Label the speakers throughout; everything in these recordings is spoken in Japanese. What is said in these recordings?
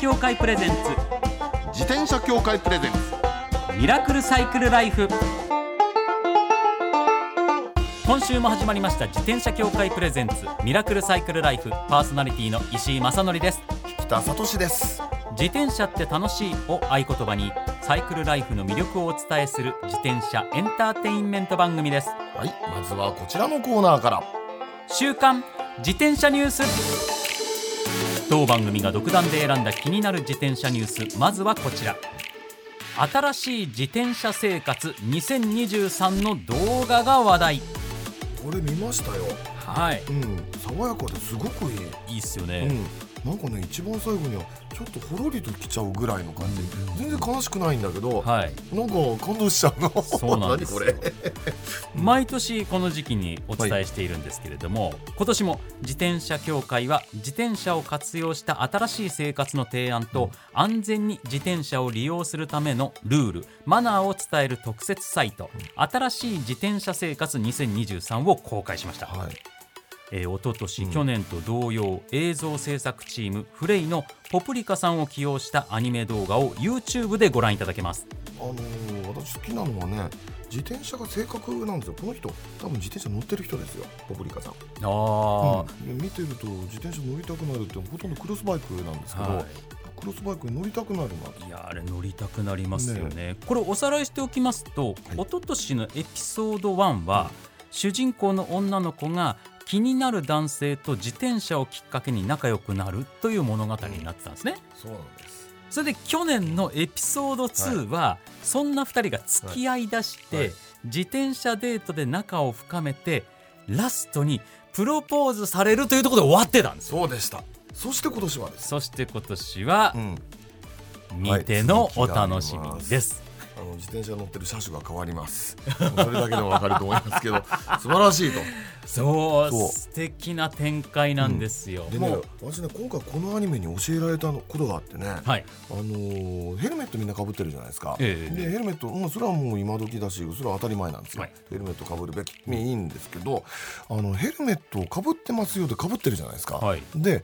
Speaker 1: 協会プレゼンツ
Speaker 2: 自転車協会プレゼンツ
Speaker 1: ミラクルサイクルライフ今週も始まりました自転車協会プレゼンツミラクルサイクルライフパーソナリティの石井正則です
Speaker 2: 北里氏です
Speaker 1: 自転車って楽しいを合言葉にサイクルライフの魅力をお伝えする自転車エンターテインメント番組です
Speaker 2: はいまずはこちらのコーナーから
Speaker 1: 週刊自転車ニュース当番組が独断で選んだ気になる自転車ニュースまずはこちら新しい自転車生活2023の動画が話題
Speaker 2: これ見ましたよ
Speaker 1: はい
Speaker 2: うん爽やかですごくいい
Speaker 1: いいっすよ
Speaker 2: うん
Speaker 1: ね、
Speaker 2: なんかね一番最後にはちょっとほろりときちゃうぐらいの感じ、全然悲しくないんだけど、
Speaker 1: はい
Speaker 2: なんか感動しちゃうの
Speaker 1: そうなんですよ
Speaker 2: 何こ れ
Speaker 1: 毎年この時期にお伝えしているんですけれども、今年も自転車協会は自転車を活用した新しい生活の提案と安全に自転車を利用するためのルールマナーを伝える特設サイト「新しい自転車生活2023」を公開しました。
Speaker 2: はい
Speaker 1: えー、一昨年、去年と同様映像制作チームフレイのポプリカさんを起用したアニメ動画を YouTube でご覧いただけます
Speaker 2: あのー私好きなのはね自転車が正確なんですよこの人多分自転車乗ってる人ですよポプリカさん
Speaker 1: あー、
Speaker 2: うん見てると自転車乗りたくなるってほとんどクロスバイクなんですけど、
Speaker 1: はい
Speaker 2: クロスバイクに乗りたくなるなって
Speaker 1: いやーあれ乗りたくなりますよね
Speaker 2: ね
Speaker 1: これおさらいしておきますと、一昨年のエピソード1は主人公の女の子が気になる男性と自転車をきっかけに仲良くなるという物語になってたんですね、
Speaker 2: そうなんです
Speaker 1: それで去年のエピソード2は、そんな2人が付き合いだして、
Speaker 2: はい
Speaker 1: 自転車デートで仲を深めてラストにプロポーズされるというところで終わってたんです
Speaker 2: そうでしたそして今年はです
Speaker 1: そして今年は
Speaker 2: うん
Speaker 1: 見てのお楽しみです、
Speaker 2: あの自転車乗ってる車種が変わりますもうそれだけでもわかると思いますけど素晴らしいと
Speaker 1: そう
Speaker 2: そう
Speaker 1: 素敵な展開なんですよ、
Speaker 2: で
Speaker 1: も
Speaker 2: ね
Speaker 1: う
Speaker 2: 私ね今回このアニメに教えられたことがあってね、
Speaker 1: はい
Speaker 2: あのーヘルメットみんなかぶってるじゃないですか、
Speaker 1: ええ
Speaker 2: でヘルメット、まあ、それはもう今時だしそれは当たり前なんですよ、
Speaker 1: はい
Speaker 2: ヘルメットかぶるべきいいんですけどあのヘルメットをかぶってますよってかぶってるじゃないですか、
Speaker 1: はい
Speaker 2: で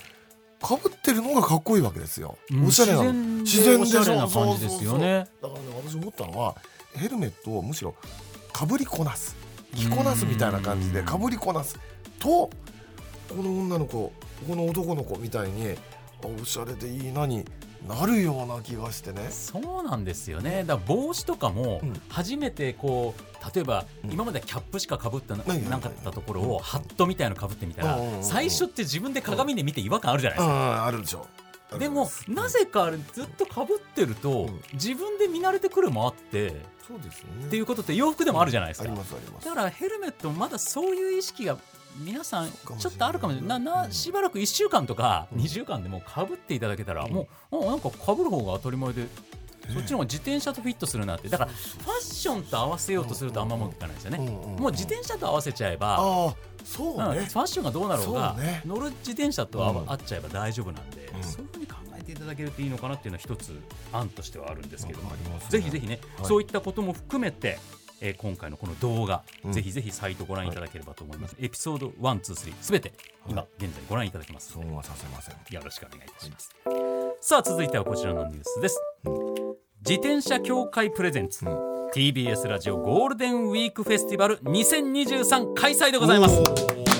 Speaker 2: かぶってるのがかっこいいわけですよ、
Speaker 1: うん
Speaker 2: おしゃれなの
Speaker 1: 自然で
Speaker 2: しょ
Speaker 1: おしゃれな感じですよね
Speaker 2: そうそうそうだからね私思ったのはヘルメットをむしろかぶりこなす着こなすみたいな感じで
Speaker 1: うん
Speaker 2: かぶりこなすとこの女の子この男の子みたいにあおしゃれでいいなになるような気がしてね
Speaker 1: そうなんですよねだから帽子とかも
Speaker 2: うん
Speaker 1: 初めてこう例えば
Speaker 2: うん
Speaker 1: 今まではキャップしかかぶってな
Speaker 2: ないない
Speaker 1: なかったところを
Speaker 2: うん
Speaker 1: ハットみたいのかぶってみたら
Speaker 2: うんうんうん
Speaker 1: 最初って自分で鏡で見て違和感あるじゃない
Speaker 2: うん
Speaker 1: ですか
Speaker 2: あるでしょある
Speaker 1: でも
Speaker 2: す
Speaker 1: なぜかあれずっとかぶってる
Speaker 2: う
Speaker 1: と
Speaker 2: ん
Speaker 1: 自分で見慣れてくるもあって
Speaker 2: そうですね
Speaker 1: っていううことって洋服でもあるじゃないです
Speaker 2: あ
Speaker 1: か
Speaker 2: りますあります
Speaker 1: だからヘルメットまだそういう意識が皆さん
Speaker 2: そうかもしれない
Speaker 1: ちょっとあるかもしれないな
Speaker 2: う
Speaker 1: なんしばらく1週間とか
Speaker 2: うん
Speaker 1: 2週間でもかぶっていただけたら
Speaker 2: うん
Speaker 1: もうあなんかかぶる方が当たり前でそっちの方が自転車とフィットするなってだからファッションと合わせようとするとあんまもんいかないですよねもう自転車と合わせちゃえば
Speaker 2: ああそう
Speaker 1: うんフ
Speaker 2: ね
Speaker 1: ァッションがどうなろうが
Speaker 2: そうね
Speaker 1: 乗る自転車と合わ
Speaker 2: うん
Speaker 1: 合っちゃえば大丈夫なんで
Speaker 2: うん
Speaker 1: そういうふうに考えていただけるといいのかなっていうのは一つ案としてはあるんですけども
Speaker 2: なんかありますね
Speaker 1: ぜひぜひね、
Speaker 2: はい
Speaker 1: そういったことも含めて、えー今回のこの動画、
Speaker 2: うん
Speaker 1: ぜひぜひサイトご覧いただければと思います。エピソード123すべて今、
Speaker 2: はい
Speaker 1: 現在ご覧いただけますので
Speaker 2: 損はさせません
Speaker 1: よろしくお願いいたします。さあ続いてはこちらのニュースです。自転車協会プレゼンツ、
Speaker 2: うん
Speaker 1: TBS ラジオゴールデンウィークフェスティバル2023開催でございます。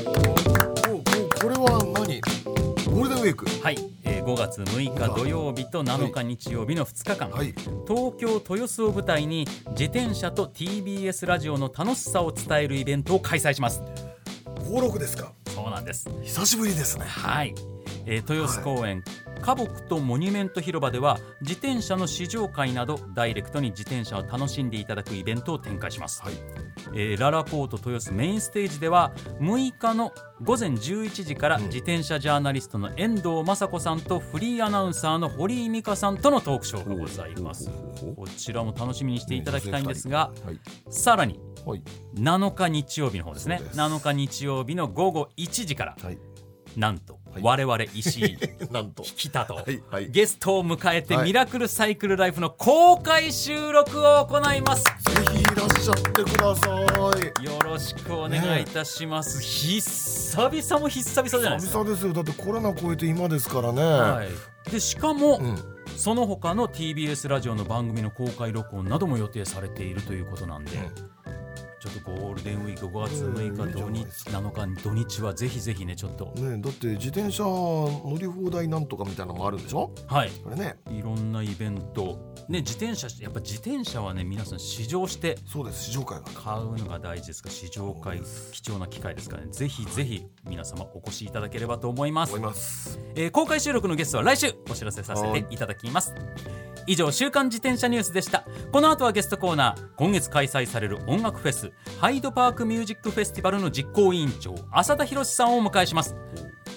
Speaker 2: おーおーおーこれは何ゴールデンウィーク
Speaker 1: はい、えー5月6日土曜日と7日日曜日の2日間、
Speaker 2: はい
Speaker 1: 東京豊洲を舞台に自転車と TBS ラジオの楽しさを伝えるイベントを開催します
Speaker 2: 登録ですか
Speaker 1: そうなんです
Speaker 2: 久しぶりですね
Speaker 1: はい、えー豊洲公園、花木とモニュメント広場では自転車の試乗会などダイレクトに自転車を楽しんでいただくイベントを展開します、
Speaker 2: はい
Speaker 1: えーララポート豊洲メインステージでは6日の午前11時から
Speaker 2: うん
Speaker 1: 自転車ジャーナリストの遠藤雅子さんとフリーアナウンサーの堀井美香さんとのトークショーがございますこちらも楽しみにしていただきたいんですが
Speaker 2: はい
Speaker 1: さらに
Speaker 2: はい
Speaker 1: 7日日曜日の方ですね
Speaker 2: そうです
Speaker 1: 7日日曜日の午後1時から
Speaker 2: はい
Speaker 1: なんと
Speaker 2: はい
Speaker 1: 我々石 井
Speaker 2: なんと
Speaker 1: 引田と
Speaker 2: はいはい
Speaker 1: ゲストを迎えて
Speaker 2: はい
Speaker 1: ミラクルサイクルライフの公開収録を行います
Speaker 2: ぜひいらっしゃってください。
Speaker 1: よろしくお願いいたします、久久々も久々じゃないです
Speaker 2: 久
Speaker 1: か。
Speaker 2: 々ですよだってコロナ超えて今ですからね、
Speaker 1: はい、でしかも、
Speaker 2: うん、
Speaker 1: その他の TBS ラジオの番組の公開録音なども予定されているということなんで、
Speaker 2: うん
Speaker 1: ちょっとゴールデンウィーク5月6
Speaker 2: うんい
Speaker 1: 日
Speaker 2: いじゃない
Speaker 1: 土日
Speaker 2: ですか
Speaker 1: 7日に土日はぜひぜひねちょっと
Speaker 2: ねえだって自転車乗り放題なんとかみたいなのもあるんでしょ
Speaker 1: はい
Speaker 2: これね
Speaker 1: いろんなイベントね自転車やっぱ自転車はね皆さん試乗して
Speaker 2: そうです試乗会が
Speaker 1: 買うのが大事ですから試乗会貴重な機会ですからねぜひぜひ皆様お越しいただければと思います
Speaker 2: 思い、ます
Speaker 1: えー公開収録のゲストは来週お知らせさせていただきます以上週刊自転車ニュースでしたこの後はゲストコーナー今月開催される音楽フェスハイドパークミュージックフェスティバルの実行委員長浅田博さんをお迎えします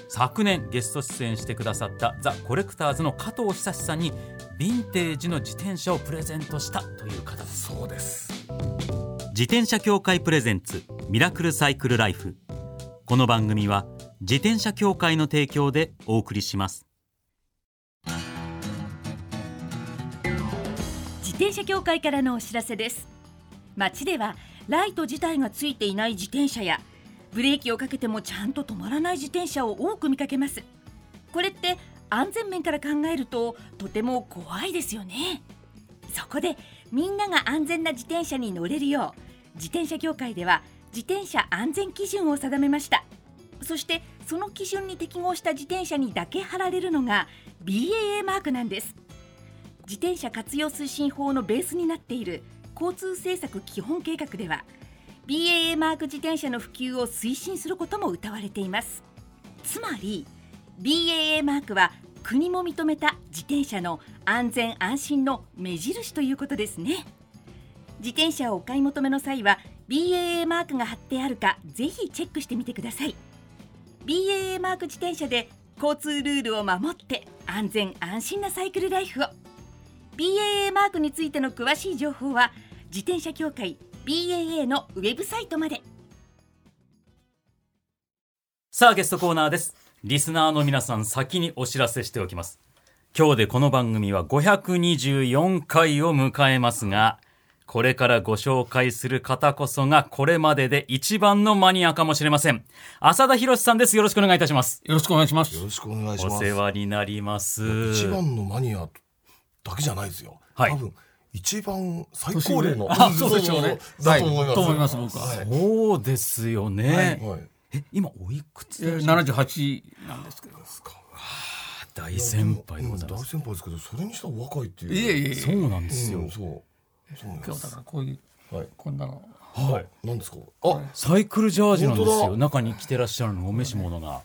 Speaker 1: 昨年ゲスト出演してくださったザ・コレクターズの加藤久志さんにヴィンテージの自転車をプレゼントしたという方です
Speaker 2: そうです
Speaker 1: 自転車協会プレゼンツミラクルサイクルライフこの番組は自転車協会の提供でお送りします
Speaker 3: 自転車協会からのお知らせです街ではライト自体がついていない自転車やブレーキをかけてもちゃんと止まらない自転車を多く見かけますこれって安全面から考えるととても怖いですよねそこでみんなが安全な自転車に乗れるよう自転車協会では自転車安全基準を定めましたそしてその基準に適合した自転車にだけ貼られるのが BAA マークなんです自転車活用推進法のベースになっている交通政策基本計画では BAA マーク自転車の普及を推進することも謳われていますつまり BAA マークは国も認めた自転車の安全安心の目印ということですね自転車をお買い求めの際は BAA マークが貼ってあるかぜひチェックしてみてください BAA マーク自転車で交通ルールを守って安全安心なサイクルライフを BAA マークについての詳しい情報は自転車協会 BAA のウェブサイトまで
Speaker 1: さあゲストコーナーですリスナーの皆さん先にお知らせしておきます今日でこの番組は524回を迎えますがこれからご紹介する方こそがこれまでで一番のマニアかもしれません浅田博さんですよろしくお願いいたします
Speaker 4: よろしくお願いします
Speaker 2: よ。ろしくお願いしま
Speaker 1: お
Speaker 2: す
Speaker 1: 世話になります
Speaker 2: 一番のマニアだけじゃないですよ、
Speaker 1: はい
Speaker 2: 多分一番最高齢の
Speaker 4: 年上あそうでしょうね
Speaker 2: だと思います、
Speaker 4: はいと思います僕は
Speaker 2: はい
Speaker 1: そうですよね、
Speaker 2: はい
Speaker 1: え今おいくつ
Speaker 4: えー78なんですけど。
Speaker 1: 大先輩でござい
Speaker 2: うん
Speaker 1: ま
Speaker 2: 大
Speaker 1: す、
Speaker 2: 先輩ですけどそれにしては若いっていう
Speaker 4: いえいえいえ。
Speaker 1: そうなんですよ、
Speaker 2: うんそうそうなんで
Speaker 4: 今日だ
Speaker 2: す
Speaker 4: からこういう
Speaker 2: はい
Speaker 4: こんなの。
Speaker 1: はい
Speaker 2: 何ですかあ
Speaker 1: サイクルジャージなんです
Speaker 2: 本当
Speaker 1: よ
Speaker 2: だ
Speaker 1: 中に着てらっしゃるのお召し物が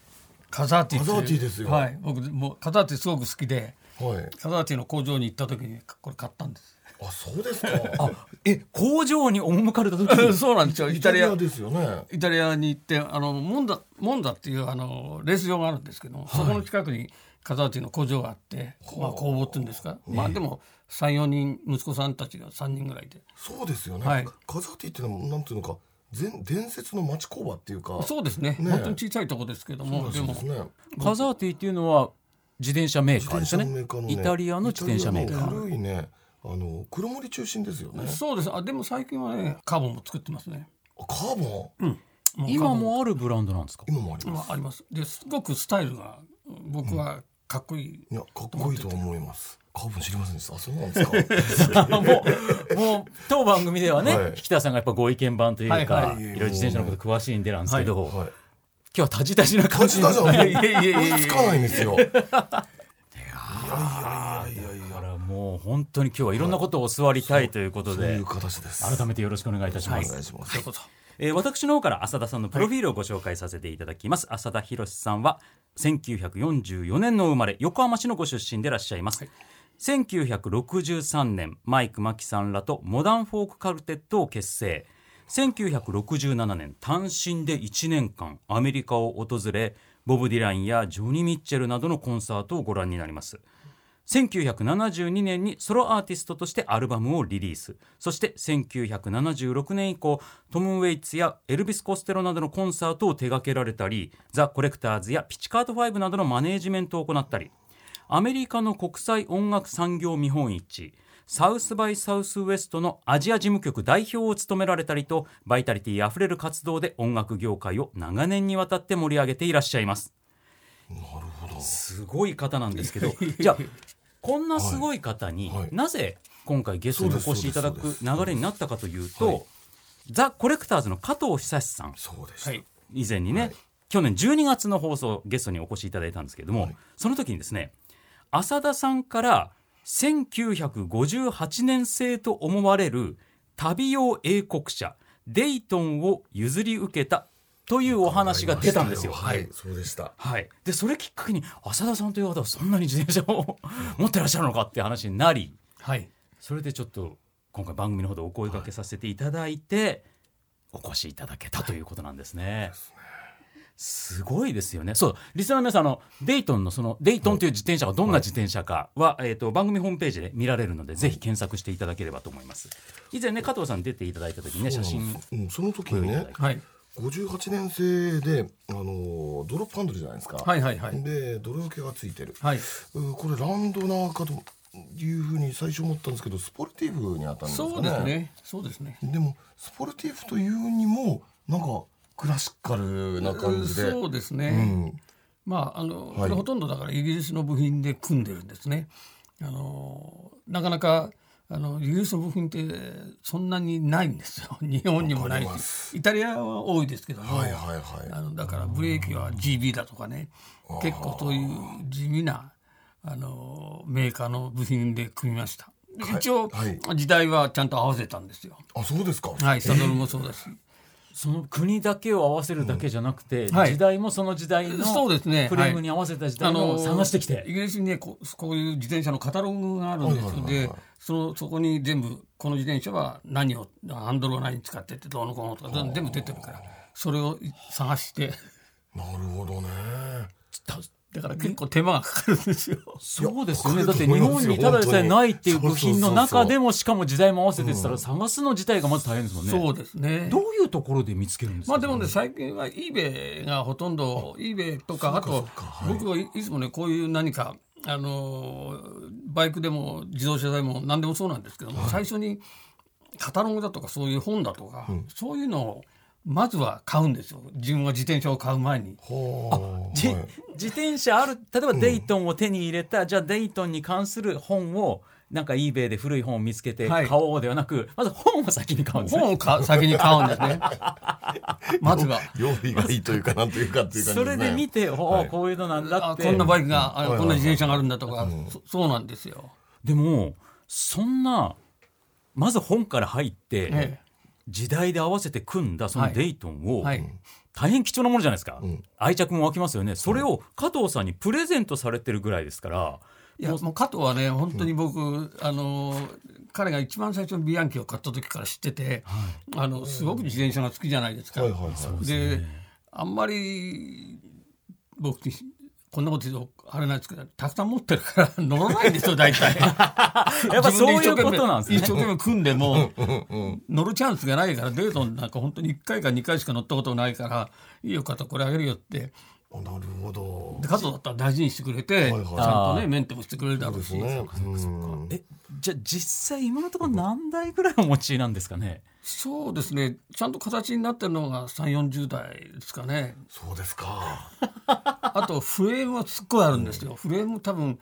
Speaker 4: カザーティっていう
Speaker 2: カザーティですよ
Speaker 4: はい。僕もうカザーティすごく好きで、
Speaker 2: はい
Speaker 4: カザーティの工場に行った時にこれ買ったんです。
Speaker 2: あそうですかあ
Speaker 1: え工場に赴かれた時 に
Speaker 4: そうなんですよ。イタリア
Speaker 2: ですよね
Speaker 4: イタリアに行ってあのモンダモンダっていうあのレース場があるんですけど、そこの近くにカザーティの工場があって、まあ工房っていうんですか。まあでも3、4人息子さんたちが3人ぐらいで。
Speaker 2: そうですよね、
Speaker 4: はい
Speaker 2: カザーティってのもなんていうのか全伝説の町工場っていうか
Speaker 4: そうですね。
Speaker 2: ね
Speaker 4: 本当に小さいとこですけども、で
Speaker 2: そう
Speaker 4: も
Speaker 2: ですね
Speaker 1: カザーティっていうのは自転車メー
Speaker 2: 自
Speaker 1: カーで
Speaker 2: 転
Speaker 1: す
Speaker 2: 車
Speaker 1: よ
Speaker 2: の
Speaker 1: ね
Speaker 2: メーカーのね
Speaker 1: イタリアの自転車メーカ
Speaker 2: イタリアの
Speaker 1: ー
Speaker 2: 古いねあの黒森中心ですよね
Speaker 4: そうです。あ、でも最近はね、カーボンも作ってますね。
Speaker 2: あカーボン、
Speaker 4: う
Speaker 1: 今もあるブランドなんですか
Speaker 2: 今もあり
Speaker 4: カーボン
Speaker 2: ま
Speaker 4: は
Speaker 2: す
Speaker 4: あります。で、すごくスタイルが、僕はかっこいい。
Speaker 2: いやかっこいいと思いますカーボン知りませんでしたあそうなんですか
Speaker 1: あもうもう当番組ではね、
Speaker 2: はい
Speaker 1: 引田さんがやっぱご意見番というか、
Speaker 4: はいいはい
Speaker 1: ろいろ自転車のこと詳しいんでなんですけど、今
Speaker 2: はい
Speaker 1: 日はタジタジな感
Speaker 2: 感
Speaker 1: じ
Speaker 2: じ
Speaker 1: に
Speaker 2: たじゃん
Speaker 4: いやいやいやいや
Speaker 2: 追いつかないんですよいやいやいやいやい
Speaker 1: だ
Speaker 2: や
Speaker 1: からもう本当に今日はいろんなことをお教わりたいということ
Speaker 2: そう
Speaker 1: で、
Speaker 2: いう形です
Speaker 1: 改めてよろしくお願いいたします。
Speaker 2: お願いします、
Speaker 1: えー私の方から浅田さんのプロフィールをご紹介させていただきます、浅田博さんは1944年の生まれ横浜市のご出身でいらっしゃいます、1963年マイク・マキさんらとモダンフォークカルテットを結成1967年単身で1年間アメリカを訪れボブ・ディランやジョニー・ミッチェルなどのコンサートをご覧になります1972年にソロアーティストとしてアルバムをリリースそして1976年以降トム・ウェイツやエルビス・コステロなどのコンサートを手掛けられたりザ・コレクターズやピチカート5などのマネージメントを行ったりアメリカの国際音楽産業見本市サウスバイサウスウエストのアジア事務局代表を務められたりとバイタリティあふれる活動で音楽業界を長年にわたって盛り上げていらっしゃいますすごい方なんです けどじゃあこんなすごい方に、
Speaker 2: はいはい
Speaker 1: なぜ今回ゲストにお越しいただ
Speaker 2: そう
Speaker 1: く
Speaker 2: ですそうです
Speaker 1: 流れになったかというと、
Speaker 2: はい
Speaker 1: ザ・コレクターズの加藤久志さん
Speaker 2: そうでした、
Speaker 4: はい
Speaker 1: 以前にね、去年12月の放送ゲストにお越しいただいたんですけれども、
Speaker 2: はい
Speaker 1: その時にですね浅田さんから1958年製と思われる旅用英国車デイトンを譲り受けたというお話が出たんですよ。
Speaker 2: はい、そうでした。
Speaker 1: はい、でそれきっかけに浅田さんという方はそんなに自転車を持ってらっしゃるのかって話になり
Speaker 4: はい
Speaker 1: それでちょっと今回番組の方でお声掛けさせていただいて、お越しいただけたということなんですね。すごいですよね。そう、リスナーの皆さん、あのデイトンのそのデイトンという自転車がどんな自転車かは、えっ、と番組ホームページで見られるので、ぜひ検索していただければと思います。以前ね、加藤さん出ていただいた時にね、写真
Speaker 2: うん、その時にね、
Speaker 4: はい
Speaker 2: 58年生で、あのードロップハンドルじゃないですか。
Speaker 4: はいはいはい
Speaker 2: で、泥除けがついてる。
Speaker 4: はい
Speaker 2: うんこれランドナーかというふうに最初思ったんですけど、スポルティーフに当たるんですかね。
Speaker 4: そうです。ねそうですね
Speaker 2: でも、スポルティーフというにも、なんかクラシカルな感じで。
Speaker 4: そうですね、
Speaker 2: うん。
Speaker 4: まああの、
Speaker 2: い
Speaker 4: これほとんどだからイギリスの部品で組んでるんですね。あのなかなかあのイギリスの部品ってそんなにないんですよ。 日本にもない
Speaker 2: わかりま
Speaker 4: し、イタリアは多いですけども、
Speaker 2: はいはいはい
Speaker 4: あのだからブレーキは GB だとかね、結構そういう地味なあのメーカーの部品で組みました。で
Speaker 2: はい
Speaker 4: 一応、
Speaker 2: はい
Speaker 4: 時代はちゃんと合わせたんですよ。
Speaker 2: あ、そうですか。
Speaker 4: はい、サドルもそうだし。
Speaker 1: その国だけを合わせるだけじゃなくて、
Speaker 4: んはい
Speaker 1: 時代もその時代の
Speaker 4: そうですね
Speaker 1: フレームに合わせた時代のを探してきて、
Speaker 4: イギリスにねこうこういう自転車のカタログがあるんですよ、
Speaker 2: はいはいはいはい
Speaker 4: でそのそこに全部この自転車は何をハンドルを何に使ってってどうのこうのとか全部全部出てるからそれを 探して
Speaker 2: なるほどね。
Speaker 1: た
Speaker 4: だから結構手間がかかるんですよ。
Speaker 1: そうですよ
Speaker 2: い
Speaker 1: ね。
Speaker 2: や
Speaker 1: だって
Speaker 2: わかると思
Speaker 1: 日
Speaker 2: いま
Speaker 1: 本
Speaker 2: すよ
Speaker 1: にただでさえないっていう
Speaker 2: 本当
Speaker 1: 部
Speaker 2: に
Speaker 1: 品の中でもしかも時代も合わせてって言ったら探すの自体がまず大変ですもんね。
Speaker 4: そうですね
Speaker 1: どういうところで見つけるんですか。
Speaker 4: まあでもね最近は eBay がほとんど eBay とかあと僕はいいつもねこういう何かあのーバイクでも自動車でも何でもそうなんですけども最初にカタログだとかそういう本だとかそういうのをまずは買うんですよ自分が自転車を買う前に。
Speaker 2: はあ。
Speaker 1: じ
Speaker 2: はい
Speaker 1: 自転車ある例えばデイトンを手に入れた、じゃあデイトンに関する本をなんか eBay で古い本を見つけて
Speaker 4: は
Speaker 1: 買
Speaker 4: い
Speaker 1: おうではなく、まず本を先に買うんですね。
Speaker 4: 本をか先に買うんですね。まずは。
Speaker 2: 用意がいいというか、なんというかっていう感じ
Speaker 1: それで見て、おお、
Speaker 2: はい
Speaker 1: こういうのなんだ
Speaker 4: あ
Speaker 1: って。
Speaker 4: こんなバイクが、あ
Speaker 2: はい
Speaker 4: こんな自転車があるんだとか、そそうなんですよ。
Speaker 1: でもそんなまず本から入って、
Speaker 4: ええ
Speaker 1: 時代で合わせて組んだそ
Speaker 4: は
Speaker 1: の
Speaker 4: い
Speaker 1: デイトンを、
Speaker 4: はい
Speaker 1: 大変貴重なものじゃないですか、
Speaker 2: ん
Speaker 1: 愛着も湧きますよねそれを加藤さんにプレゼントされてるぐらいですから、
Speaker 4: いやもう加藤はね本当に僕、あの彼が一番最初のビアンキを買った時から知ってて、あのすごく自転車が好きじゃないですか。
Speaker 2: はいはいはい。
Speaker 4: であんまり僕にこんなこと言うとあれなんですけどたくさん持ってるから 乗らないんですよ大体。
Speaker 1: やっぱそういうことなんです
Speaker 4: 自
Speaker 1: ね
Speaker 4: 分で一生懸命一生懸命組んでも乗るチャンスがないからデートなんか本当に1回か2回しか乗ったことないからいいよ加藤これあげるよって
Speaker 2: あなるほど。
Speaker 4: で加藤だったら大事にしてくれて、
Speaker 2: はいはい
Speaker 4: ちゃんとねメンテもしてくれるだろうし。
Speaker 2: そうね。うん
Speaker 1: えじゃあ実際今のところ何台ぐらいお持ちなんですかね
Speaker 4: そうですね。ちゃんと形になってるのが3、40代ですかね。
Speaker 2: そうですか。
Speaker 4: あと フレームはすっごいあるんですよ。フレーム多分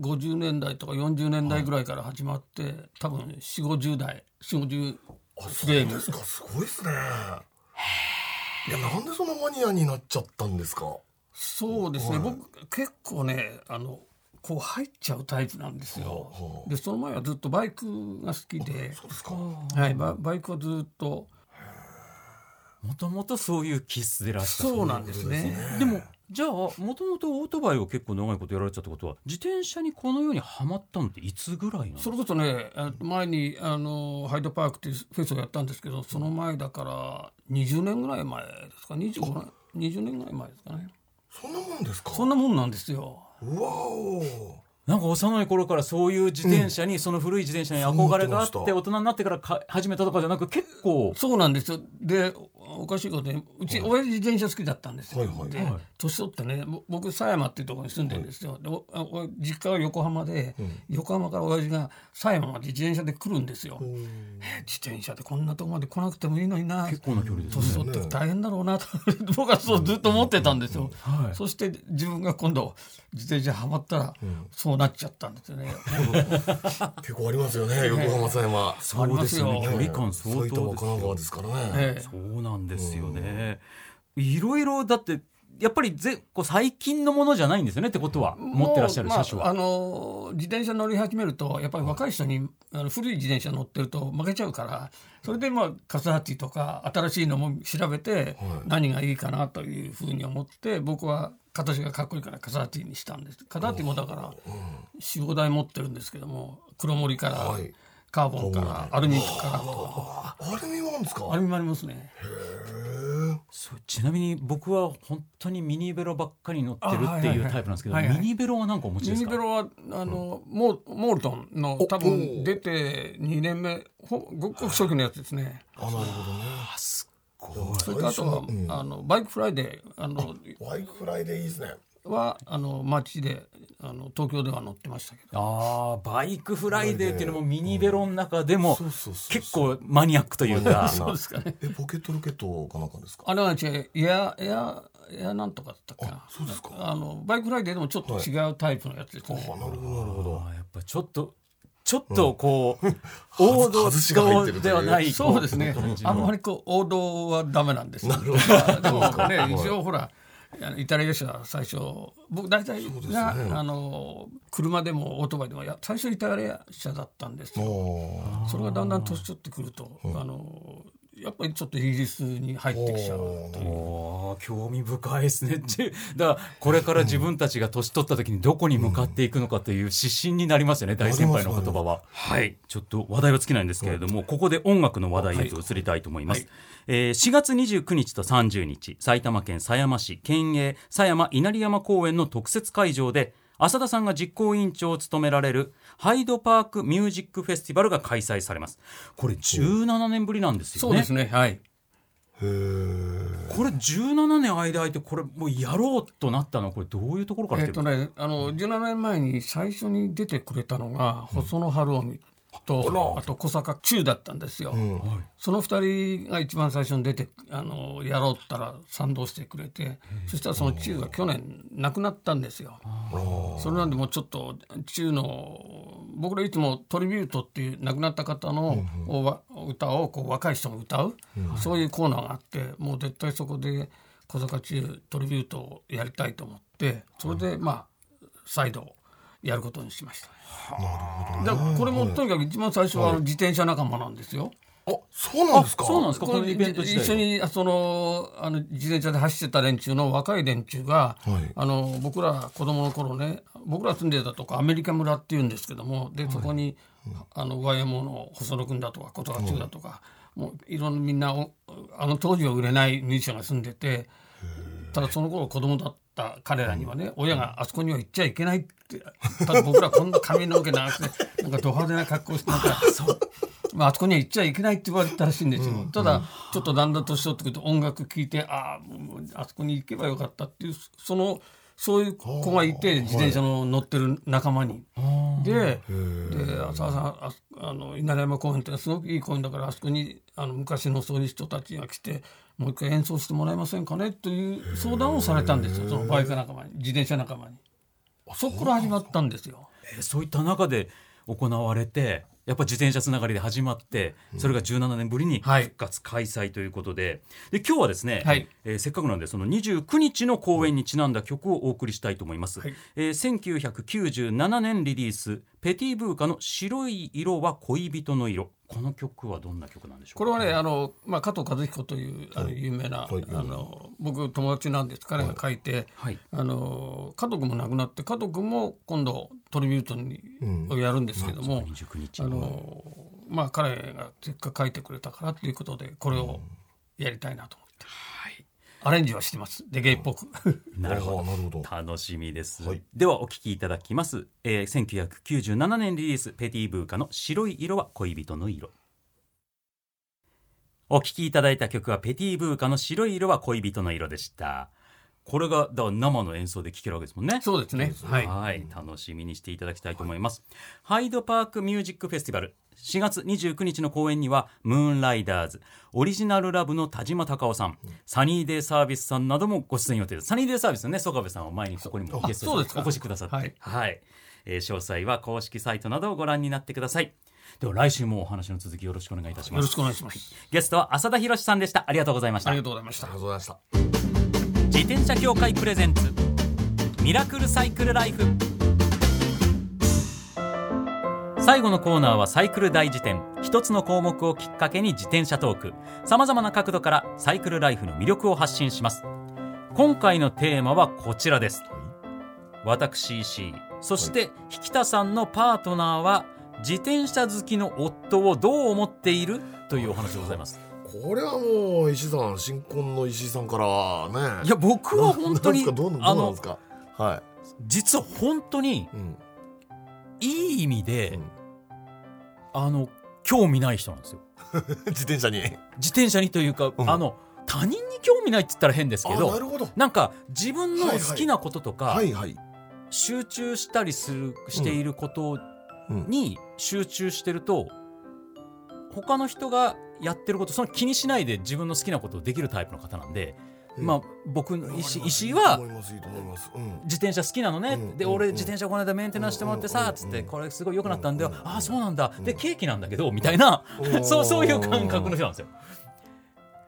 Speaker 4: 50年代とか40年代ぐらいから始まって、多分4、50代、4、50
Speaker 2: あ、
Speaker 4: フ
Speaker 2: そう
Speaker 4: レ
Speaker 2: で
Speaker 4: ーム。
Speaker 2: すか。すごいですね。いや、なんでそんなマニアになっちゃったんですか。
Speaker 4: そうですね。僕結構ね、あの、こう入っちゃうタイプなんですよ
Speaker 2: は。
Speaker 4: で、その前はずっとバイクが好きで、
Speaker 2: そうですか。
Speaker 4: はい、ババイクはずっと、
Speaker 1: もともとそういう気質でらっしゃる
Speaker 4: そうなんですね。
Speaker 1: でもじゃあもともとオートバイを結構長いことやられてたってことは自転車にこのようにはまったのっていつぐらいなんです
Speaker 4: そ
Speaker 1: か
Speaker 4: れこそねえっと前にあのハイドパークっていうフェスをやったんですけどその前だから20年ぐらい前ですか25年20年ぐらい前ですかね
Speaker 2: そんなもんですか。
Speaker 4: そんなもんなんですよ
Speaker 2: うわお。
Speaker 1: なんか幼い頃からそういう自転車に、その古い自転車に憧れがあっ
Speaker 2: そう思って
Speaker 1: て
Speaker 2: ま
Speaker 1: 大人になってからか始めたとかじゃなく結構
Speaker 4: そうなんですよでおおかしいことにうち親父自転車好きだったんですよ、
Speaker 2: はいはい
Speaker 4: で年取ってねぼ僕狭山っていうところに住んでるんですよ、でおあお実家は横浜で、横浜から親父が狭山まで自転車で来るんですよ、え自転車でこんなとこまで来なくてもいいのにな
Speaker 1: 結構な距離ですね
Speaker 4: 年取って大変だろうなと 僕はそうずっと思ってたんですよ、
Speaker 1: はい
Speaker 4: そして自分が今度自転車ハマったら、そうなっちゃったんですよね
Speaker 2: 結構ありますよね横浜狭山
Speaker 1: そうですよね距
Speaker 4: ありますよ
Speaker 1: 離
Speaker 2: 埼
Speaker 1: 感相当ですよ
Speaker 2: 玉神奈川ですからね、
Speaker 4: ええ
Speaker 1: そうなんですよね。いろいろだってやっぱりぜこう最近のものじゃないんですよねってことは持ってらっしゃる車種
Speaker 4: もうまあ、あ
Speaker 1: は。
Speaker 4: の自転車乗り始めるとやっぱり若い人に、あの古い自転車乗ってると負けちゃうからそれでまあカスハティとか新しいのも調べて何がいいかなというふうに思って僕は形がかっこいいからカスハティにしたんですカスハティもだから45台持ってるんですけども黒森から、
Speaker 2: はい
Speaker 4: カーボンからアルミからと
Speaker 2: アルミもあるんです
Speaker 4: ア
Speaker 2: か
Speaker 4: ルミもありますね
Speaker 1: そうちなみに僕は本当にミニベロばっかり乗ってる
Speaker 4: あは
Speaker 1: っ
Speaker 4: い
Speaker 1: て
Speaker 4: はい
Speaker 1: い
Speaker 4: は
Speaker 1: う
Speaker 4: い
Speaker 1: タイプなんですけど、
Speaker 4: はいはい
Speaker 1: ミニベロはなんかお持ち
Speaker 4: ミ
Speaker 1: です
Speaker 4: ニ
Speaker 1: か。
Speaker 4: ベロはあの、モーモールトンの多
Speaker 2: お
Speaker 4: 分出て2年目ほごくごく初期のやつですね。
Speaker 2: あなるほどねすご
Speaker 4: それと
Speaker 2: い
Speaker 4: あとは、あのバイクフライデーあの
Speaker 2: ワイクフライでいいですね
Speaker 4: はあの街であの東京では乗ってましたけど。
Speaker 1: ああバイクフライデーっていうのもミニベロの中でも
Speaker 2: そうそうそう
Speaker 1: 結構マニアックというか。
Speaker 2: そう
Speaker 4: ですかね。
Speaker 2: えポケットロケットかなんかですか
Speaker 4: あれは違うエアエアエアなんとかだったかな。
Speaker 2: そうですか
Speaker 4: あのバイクフライデーでもちょっと違うタイプのやつですね。
Speaker 2: あなるほどなるほど
Speaker 1: あーやっぱちょっとちょっとこう、王 道
Speaker 2: 外しが入ってるという
Speaker 1: ではない
Speaker 4: そうですね
Speaker 1: こ感じ。の
Speaker 4: あんまりこう王道はダメなんですよ。
Speaker 2: なるほど
Speaker 4: でも
Speaker 2: は
Speaker 4: ね
Speaker 2: い
Speaker 4: 一応ほらあのイタリア車は最初僕大体
Speaker 2: うですね
Speaker 4: が、あの車でもオートバイでもや最初イタリア車だったんですよ。
Speaker 2: あ
Speaker 4: それがだんだん年取ってくるとあのやっぱりちょっとイギリスに入ってきちゃうという。
Speaker 1: おー興味深いですね。ち だからこれから自分たちが年取った時にどこに向かっていくのかという指針になりますよね、大先輩の言葉は。はい、ちょっと話題は尽きないんですけれども、ここで音楽の話題へと移りたいと思います。
Speaker 4: はい
Speaker 1: えー4月29日と30日、埼玉県狭山市県営狭山稲荷山公園の特設会場で、浅田さんが実行委員長を務められるハイドパークミュージックフェスティバルが開催されます。これ17年ぶりなんですよね。
Speaker 4: そうですね。はい。
Speaker 2: へえ
Speaker 1: これ17年間空いてこれもうやろうとなったのはこれどういうところから
Speaker 4: え
Speaker 1: 来
Speaker 4: って
Speaker 1: る
Speaker 4: と
Speaker 1: んですか、
Speaker 4: ね、あの17年前に最初に出てくれたのが細野晴臣と、あと小坂中だったんですよ。
Speaker 1: はい
Speaker 4: その2人が一番最初に出てあのやろうったら賛同してくれてそしたらその中が去年亡くなったんですよ。それなんでもうちょっと中の僕らいつもトリビュートっていう亡くなった方のおわ歌をこう若い人も歌う、そういうコーナーがあってもう絶対そこで小坂中トリビュートをやりたいと思ってそれでまあ再度やることにしました。だからこれもとにかく一番最初はあの自転車仲間なんですよ。
Speaker 2: あそうなんですか
Speaker 1: そうなんですかこのイベント自体
Speaker 4: 一緒にそのあの自転車で走ってた連中の若い連中が、
Speaker 2: はい
Speaker 4: あの僕ら子供の頃ね僕ら住んでたとこアメリカ村っていうんですけどもでそこに、あの YMO の細野君だとか琴勝だとか、もういろんなみんなおあの当時は売れないミュージシャンが住んでてただその頃子供だった彼らにはね親があそこには行っちゃいけないってただ僕らこんな髪の毛長くてなんかド派手な格好してなんか。まあ、あそこには行っちゃいけないって言われたらしいんですよ、ただちょっとだんだん年取ってくると音楽聴いてああもうあそこに行けばよかったっていうそのそういう子がいて自転車の乗ってる仲間に。でで浅田さんあそあの稲荷山公園ってすごくいい公園だからあそこにあの昔のそういう人たちが来てもう一回演奏してもらえませんかねという相談をされたんですよそのバイク仲間に自転車仲間に。そこから始まったんですよ。
Speaker 1: えーそういった中で行われてやっぱ自転車つながりで始まってそれが17年ぶりに
Speaker 4: はい
Speaker 1: 復活開催ということで,、で今日はですね、
Speaker 4: はい
Speaker 1: えーせっかくなんでその29日の公演にちなんだ曲をお送りしたいと思います、
Speaker 4: はい
Speaker 1: えー1997年リリース「ペティ・ブーカの白い色は恋人の色」この曲はどんな曲なんでしょうか
Speaker 4: これはね、あの、まあ、加藤和彦という、あの、有名な、
Speaker 2: はい
Speaker 4: あの、僕友達なんです。彼が書いて、
Speaker 1: はい
Speaker 4: あの、加藤君も亡くなって、加藤君も今度トリビュートに、をやるんですけども。
Speaker 1: 29日
Speaker 4: あの、まあ、彼がせっかく書いてくれたからということで、これをやりたいなと思って。アレンジはしてますレゲエっぽく
Speaker 1: なるほ
Speaker 2: あー
Speaker 1: ど
Speaker 2: なるほど
Speaker 1: 楽しみです、
Speaker 2: はい
Speaker 1: ではお聞きいただきます、えー、1997年リリースペティブーカの白い色は恋人の色お聞きいただいた曲はペティブーカの白い色は恋人の色でしたこれがだから生の演奏で聴けるわけですもんね
Speaker 4: そうですねはい
Speaker 1: はい、楽しみにしていただきたいと思います、ハイドパークミュージックフェスティバル4月29日の公演にはムーンライダーズオリジナルラブの田島隆夫さん、サニーデイサービスさんなどもご出演予定ですサニーデイサービスのね曽我部さんを前にここにもゲス
Speaker 4: あ
Speaker 1: ト
Speaker 4: そう
Speaker 1: で
Speaker 4: です
Speaker 1: お
Speaker 4: か
Speaker 1: 越しくださっては
Speaker 4: はいい、
Speaker 1: えー詳細は公式サイトなどをご覧になってくださいでは来週もお話の続きよろしくお願いいたし
Speaker 4: よ
Speaker 1: ま
Speaker 4: ろ
Speaker 1: す
Speaker 4: しくお願いします
Speaker 1: ゲストは浅田博さんでしたありがとうございました
Speaker 4: ありがとうございました
Speaker 2: りがとうございました
Speaker 1: 自転車協会プレゼンツミラクルサイクルライフ最後のコーナーはサイクル大辞典一つの項目をきっかけに自転車トークさまざまな角度からサイクルライフの魅力を発信します今回のテーマはこちらです私石井そして引田さんのパートナーは自転車好きの夫をどう思っているというお話でございます
Speaker 2: これはもう石井さん新婚の石井さんからね
Speaker 1: いや僕は本当
Speaker 2: なんです
Speaker 1: に
Speaker 2: かどうなど
Speaker 1: あ
Speaker 2: うなん
Speaker 1: の
Speaker 2: ですかは
Speaker 1: 実は本当に
Speaker 2: い、うん
Speaker 1: いい意味で、
Speaker 2: うん
Speaker 1: あの興味ない人なんですよ
Speaker 2: 自転車に
Speaker 1: 自転車にというか、
Speaker 2: うん
Speaker 1: あの他人に興味ないって言ったら変ですけど
Speaker 2: あなるほど
Speaker 1: なんか自分の
Speaker 2: はいはい
Speaker 1: 好きなこととか、
Speaker 2: はいはい
Speaker 1: 集中したりするしていることに集中してると、他の人がやってることその気にしないで自分の好きなことをできるタイプの方なんで、まあ僕の石石井は
Speaker 2: 思いますいいと思います、うん、
Speaker 1: 自転車好きなのね、
Speaker 2: うん
Speaker 1: で
Speaker 2: うん
Speaker 1: 俺
Speaker 2: うん
Speaker 1: 自転車この間メンテナンスしてもらってさ、
Speaker 2: うん
Speaker 1: つって
Speaker 2: うん
Speaker 1: これすごい良くなったんだよ、
Speaker 2: うん
Speaker 1: ああそうなんだ、で
Speaker 2: うん
Speaker 1: ケーキなんだけどみたいな、
Speaker 2: うん
Speaker 1: そうそういう感覚の人なんですよ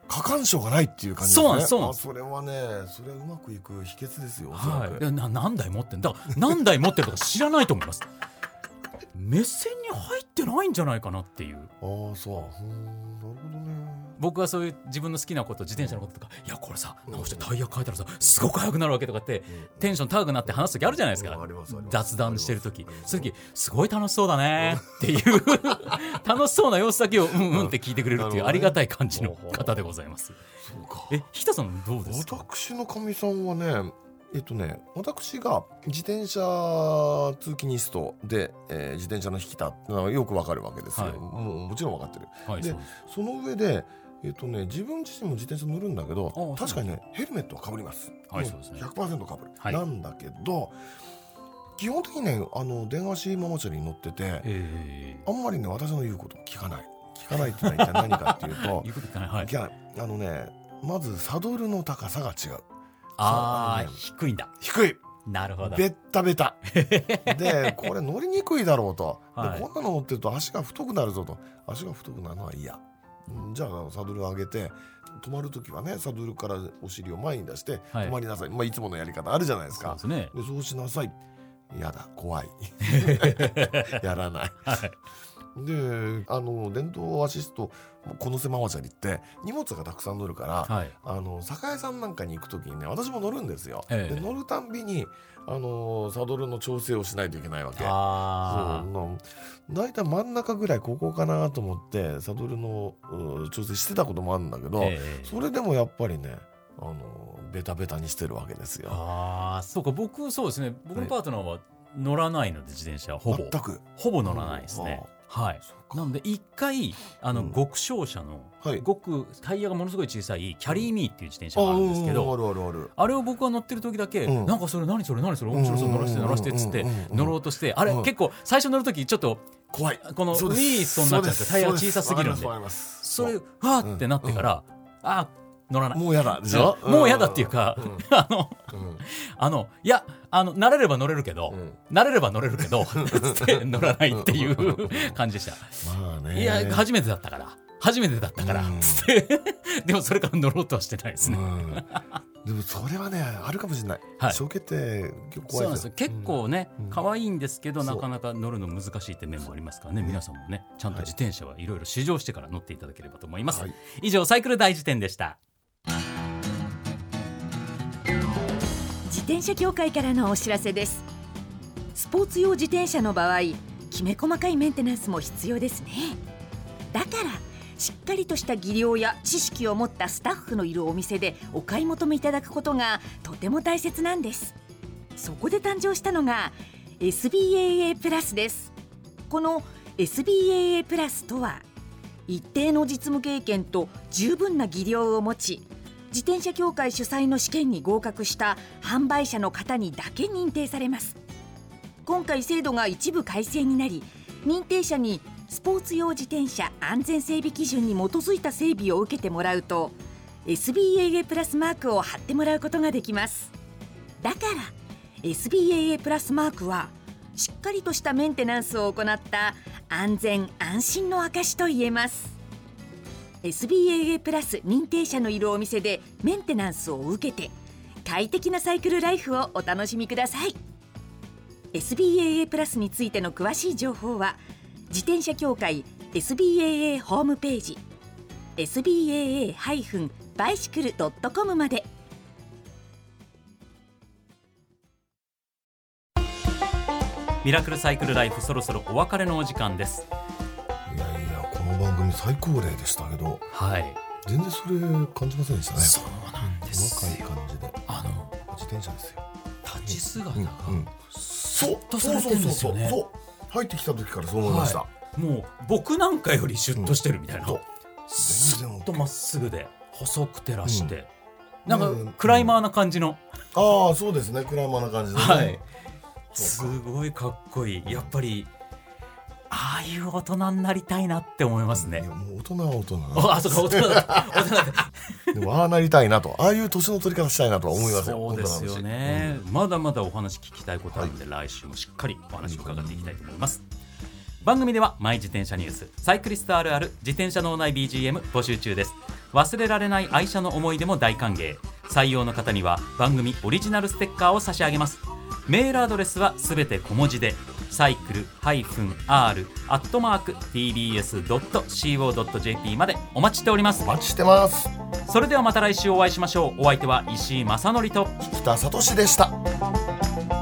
Speaker 2: 過干渉がないっていう感じ
Speaker 1: そうなんですそうなんです
Speaker 2: あそれはねそれはうまくいく秘訣ですよ、おそら
Speaker 1: はい
Speaker 2: く
Speaker 1: でな何台持ってんだから何台持ってるとか知らないと思います目線に入ってないんじゃないかなっていう
Speaker 2: ああそううんなるほどね
Speaker 1: 僕はそういう自分の好きなこと自転車のこととかいやこれさ直してタイヤ変えたらさすごく速くなるわけとかってテンション高くなって話す時あるじゃないですか
Speaker 2: うんありますあります
Speaker 1: 雑談してる時
Speaker 2: あります
Speaker 1: そういう時すごい楽しそうだねっていう 楽しそうな様子だけをうんうんって聞いてくれるっていうありがたい感じの方でございます
Speaker 2: そうか
Speaker 1: えひたさんどうですか
Speaker 2: 私のかみさんはねえっとね私が自転車通勤ニストで、えー自転車の引きたよくわかるわけですよ、
Speaker 1: はい
Speaker 2: もうもちろんわかってる
Speaker 1: はい
Speaker 2: で
Speaker 1: そうです
Speaker 2: その上でえっとね自分自身も自転車乗るんだけど
Speaker 1: あ
Speaker 2: 確かにねヘルメットはかぶります、
Speaker 1: はい
Speaker 2: も
Speaker 1: そうですね
Speaker 2: 100%かぶる、
Speaker 1: はい
Speaker 2: なんだけど基本的にねあの電話しママチャリに乗ってて
Speaker 1: え
Speaker 2: あんまりね私の言うことを聞かない聞かないってのは一体何かっていう
Speaker 1: ー
Speaker 2: と
Speaker 1: 言うこと聞か ないはい
Speaker 2: いやあのねまずサドルの高さが違う
Speaker 1: あー
Speaker 2: そう
Speaker 1: 低いんだ
Speaker 2: 低い
Speaker 1: なるほど
Speaker 2: ベッタベタでこれ乗りにくいだろうと、
Speaker 1: はい
Speaker 2: でこんなの乗ってると足が太くなるぞと足が太くなるのは嫌うんじゃあサドル上げて止まる時はねサドルからお尻を前に出して
Speaker 1: はい
Speaker 2: 止まりなさい、いまあ、いつものやり方あるじゃないです
Speaker 1: そう
Speaker 2: か
Speaker 1: ですね
Speaker 2: でそうしなさいやだ怖い やらない、であの電動アシストこの狭ママチャリって荷物がたくさん乗るから、
Speaker 1: はい
Speaker 2: あの酒屋さんなんかに行く時にね私も乗るんですよ、
Speaker 1: ええ
Speaker 2: で乗るたんびにあのーサドルの調整をしないといけないわけ
Speaker 1: あ
Speaker 2: そうな大体真ん中ぐらいここかなと思ってサドルのうん調整してたこともあるんだけど、
Speaker 1: ーえー
Speaker 2: それでもやっぱりねあのーベタベタにしてるわけですよ
Speaker 1: ああそうか僕そうですね僕のパートナーは乗らないので自転車はほぼ
Speaker 2: 全く
Speaker 1: ほぼ乗らないですね、はいなので一回あの、
Speaker 2: うん
Speaker 1: 極小車の、
Speaker 2: はい
Speaker 1: ごくタイヤがものすごい小さいキャリーミーっていう自転車
Speaker 2: あ
Speaker 1: があるんですけど、
Speaker 2: あるあるある
Speaker 1: あれを僕が乗ってる時だけ、
Speaker 2: うん
Speaker 1: なんかそれ何それ何それ面白そう
Speaker 2: うん
Speaker 1: 乗らせて乗らせてっつって
Speaker 2: うんうんうん
Speaker 1: 乗ろうとしてあれ、
Speaker 2: うん
Speaker 1: 結構最初乗る時ちょっと
Speaker 2: 怖い
Speaker 1: この
Speaker 2: そうです
Speaker 1: ウィーソンになっちゃっ
Speaker 2: そ
Speaker 1: て
Speaker 2: うです
Speaker 1: タイヤが小さすぎるんで
Speaker 2: そうです
Speaker 1: そ
Speaker 2: わか
Speaker 1: れ
Speaker 2: り
Speaker 1: わーってなってから、ああ乗らな
Speaker 2: ます
Speaker 1: い
Speaker 2: もうやだでしょ
Speaker 1: もうやだっていうか、
Speaker 2: うん
Speaker 1: あの
Speaker 2: うん
Speaker 1: あのいやあの慣れれば乗れるけど、
Speaker 2: うん
Speaker 1: 慣れれば乗れるけ どつって乗らないっていう感じでした。
Speaker 2: まあね
Speaker 1: いや初めてだったから初めてだったから、
Speaker 2: うん
Speaker 1: つってでもそれから乗ろうとはしてないですね、
Speaker 2: うん、でもそれはねあるかもしれない、
Speaker 1: はい
Speaker 2: 小決定結構
Speaker 1: そう
Speaker 2: 怖
Speaker 1: ない
Speaker 2: で
Speaker 1: んですす
Speaker 2: よ
Speaker 1: よ結構ね、
Speaker 2: うん
Speaker 1: 可愛いんですけど
Speaker 2: そ
Speaker 1: な
Speaker 2: う
Speaker 1: かなか乗るの難しいって面もありますからね皆さんもねちゃんと自転車はいろいろ試乗してから乗っていただければと思います、
Speaker 2: はい
Speaker 1: 以上サイクル大辞典でした
Speaker 3: 自転車協会からのお知らせですスポーツ用自転車の場合きめ細かいメンテナンスも必要ですねだからしっかりとした技量や知識を持ったスタッフのいるお店でお買い求めいただくことがとても大切なんですそこで誕生したのが SBAA プラスですこの SBAA プラスとは一定の実務経験と十分な技量を持ち自転車協会主催の試験に合格した販売者の方にだけ認定されます今回制度が一部改正になり認定者にスポーツ用自転車安全整備基準に基づいた整備を受けてもらうと SBAA プラスマークを貼ってもらうことができますだから SBAA プラスマークはしっかりとしたメンテナンスを行った安全安心の証と言えます SBAA プラス認定者のいるお店でメンテナンスを受けて快適なサイクルライフをお楽しみください SBAA プラスについての詳しい情報は自転車協会 SBAA ホームページ sbaa-bicycle.com まで
Speaker 1: ミラクルサイクルライフそろそろお別れのお時間です
Speaker 2: いやいやこの番組最高齢でしたけど
Speaker 1: はい
Speaker 2: 全然それ感じませんでしたね
Speaker 1: うなんで
Speaker 2: 細かい感じで
Speaker 1: あの
Speaker 2: 自転車ですよ
Speaker 1: 立ち姿が
Speaker 2: うんうん
Speaker 1: そっとされてるんですよね
Speaker 2: そうそうそうそう入ってきた時からそう思いました、
Speaker 1: もう僕なんかよりシュッとしてるみたいな、
Speaker 2: そう
Speaker 1: す
Speaker 2: 全然
Speaker 1: っ
Speaker 2: OK
Speaker 1: とまっすぐで細く照らして、
Speaker 2: うん
Speaker 1: なんか、
Speaker 2: うん
Speaker 1: クライマーな感じの、
Speaker 2: ああそうですねクライマーな感じで、ね、
Speaker 1: はいす
Speaker 2: そう
Speaker 1: ごいかっこいいやっぱりああいう大人になりたいなって思います
Speaker 2: い
Speaker 1: ね
Speaker 2: や、もう大人は大人な
Speaker 1: ああそうか大人だった大人だった
Speaker 2: でもああなりたいなとああいう年の取り方したいなとは思いますよ
Speaker 1: そうですよね、まだまだお話聞きたいことあるので、来週もしっかりお話を伺っていきたいと思います、番組ではマイ自転車ニュースサイクリストあるある自転車脳内 BGM 募集中です忘れられない愛車の思い出も大歓迎採用の方には番組オリジナルステッカーを差し上げますメールアドレスはすべて小文字でサイクル -r アットマーク tbs.co.jp までお待ちしております
Speaker 2: お待ちしてます
Speaker 1: それではまた来週お会いしましょうお相手は石井正則と
Speaker 2: 北里志でした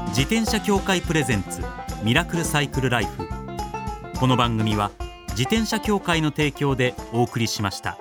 Speaker 1: 自転車協会プレゼンツミラクルサイクルライフこの番組は自転車協会の提供でお送りしました。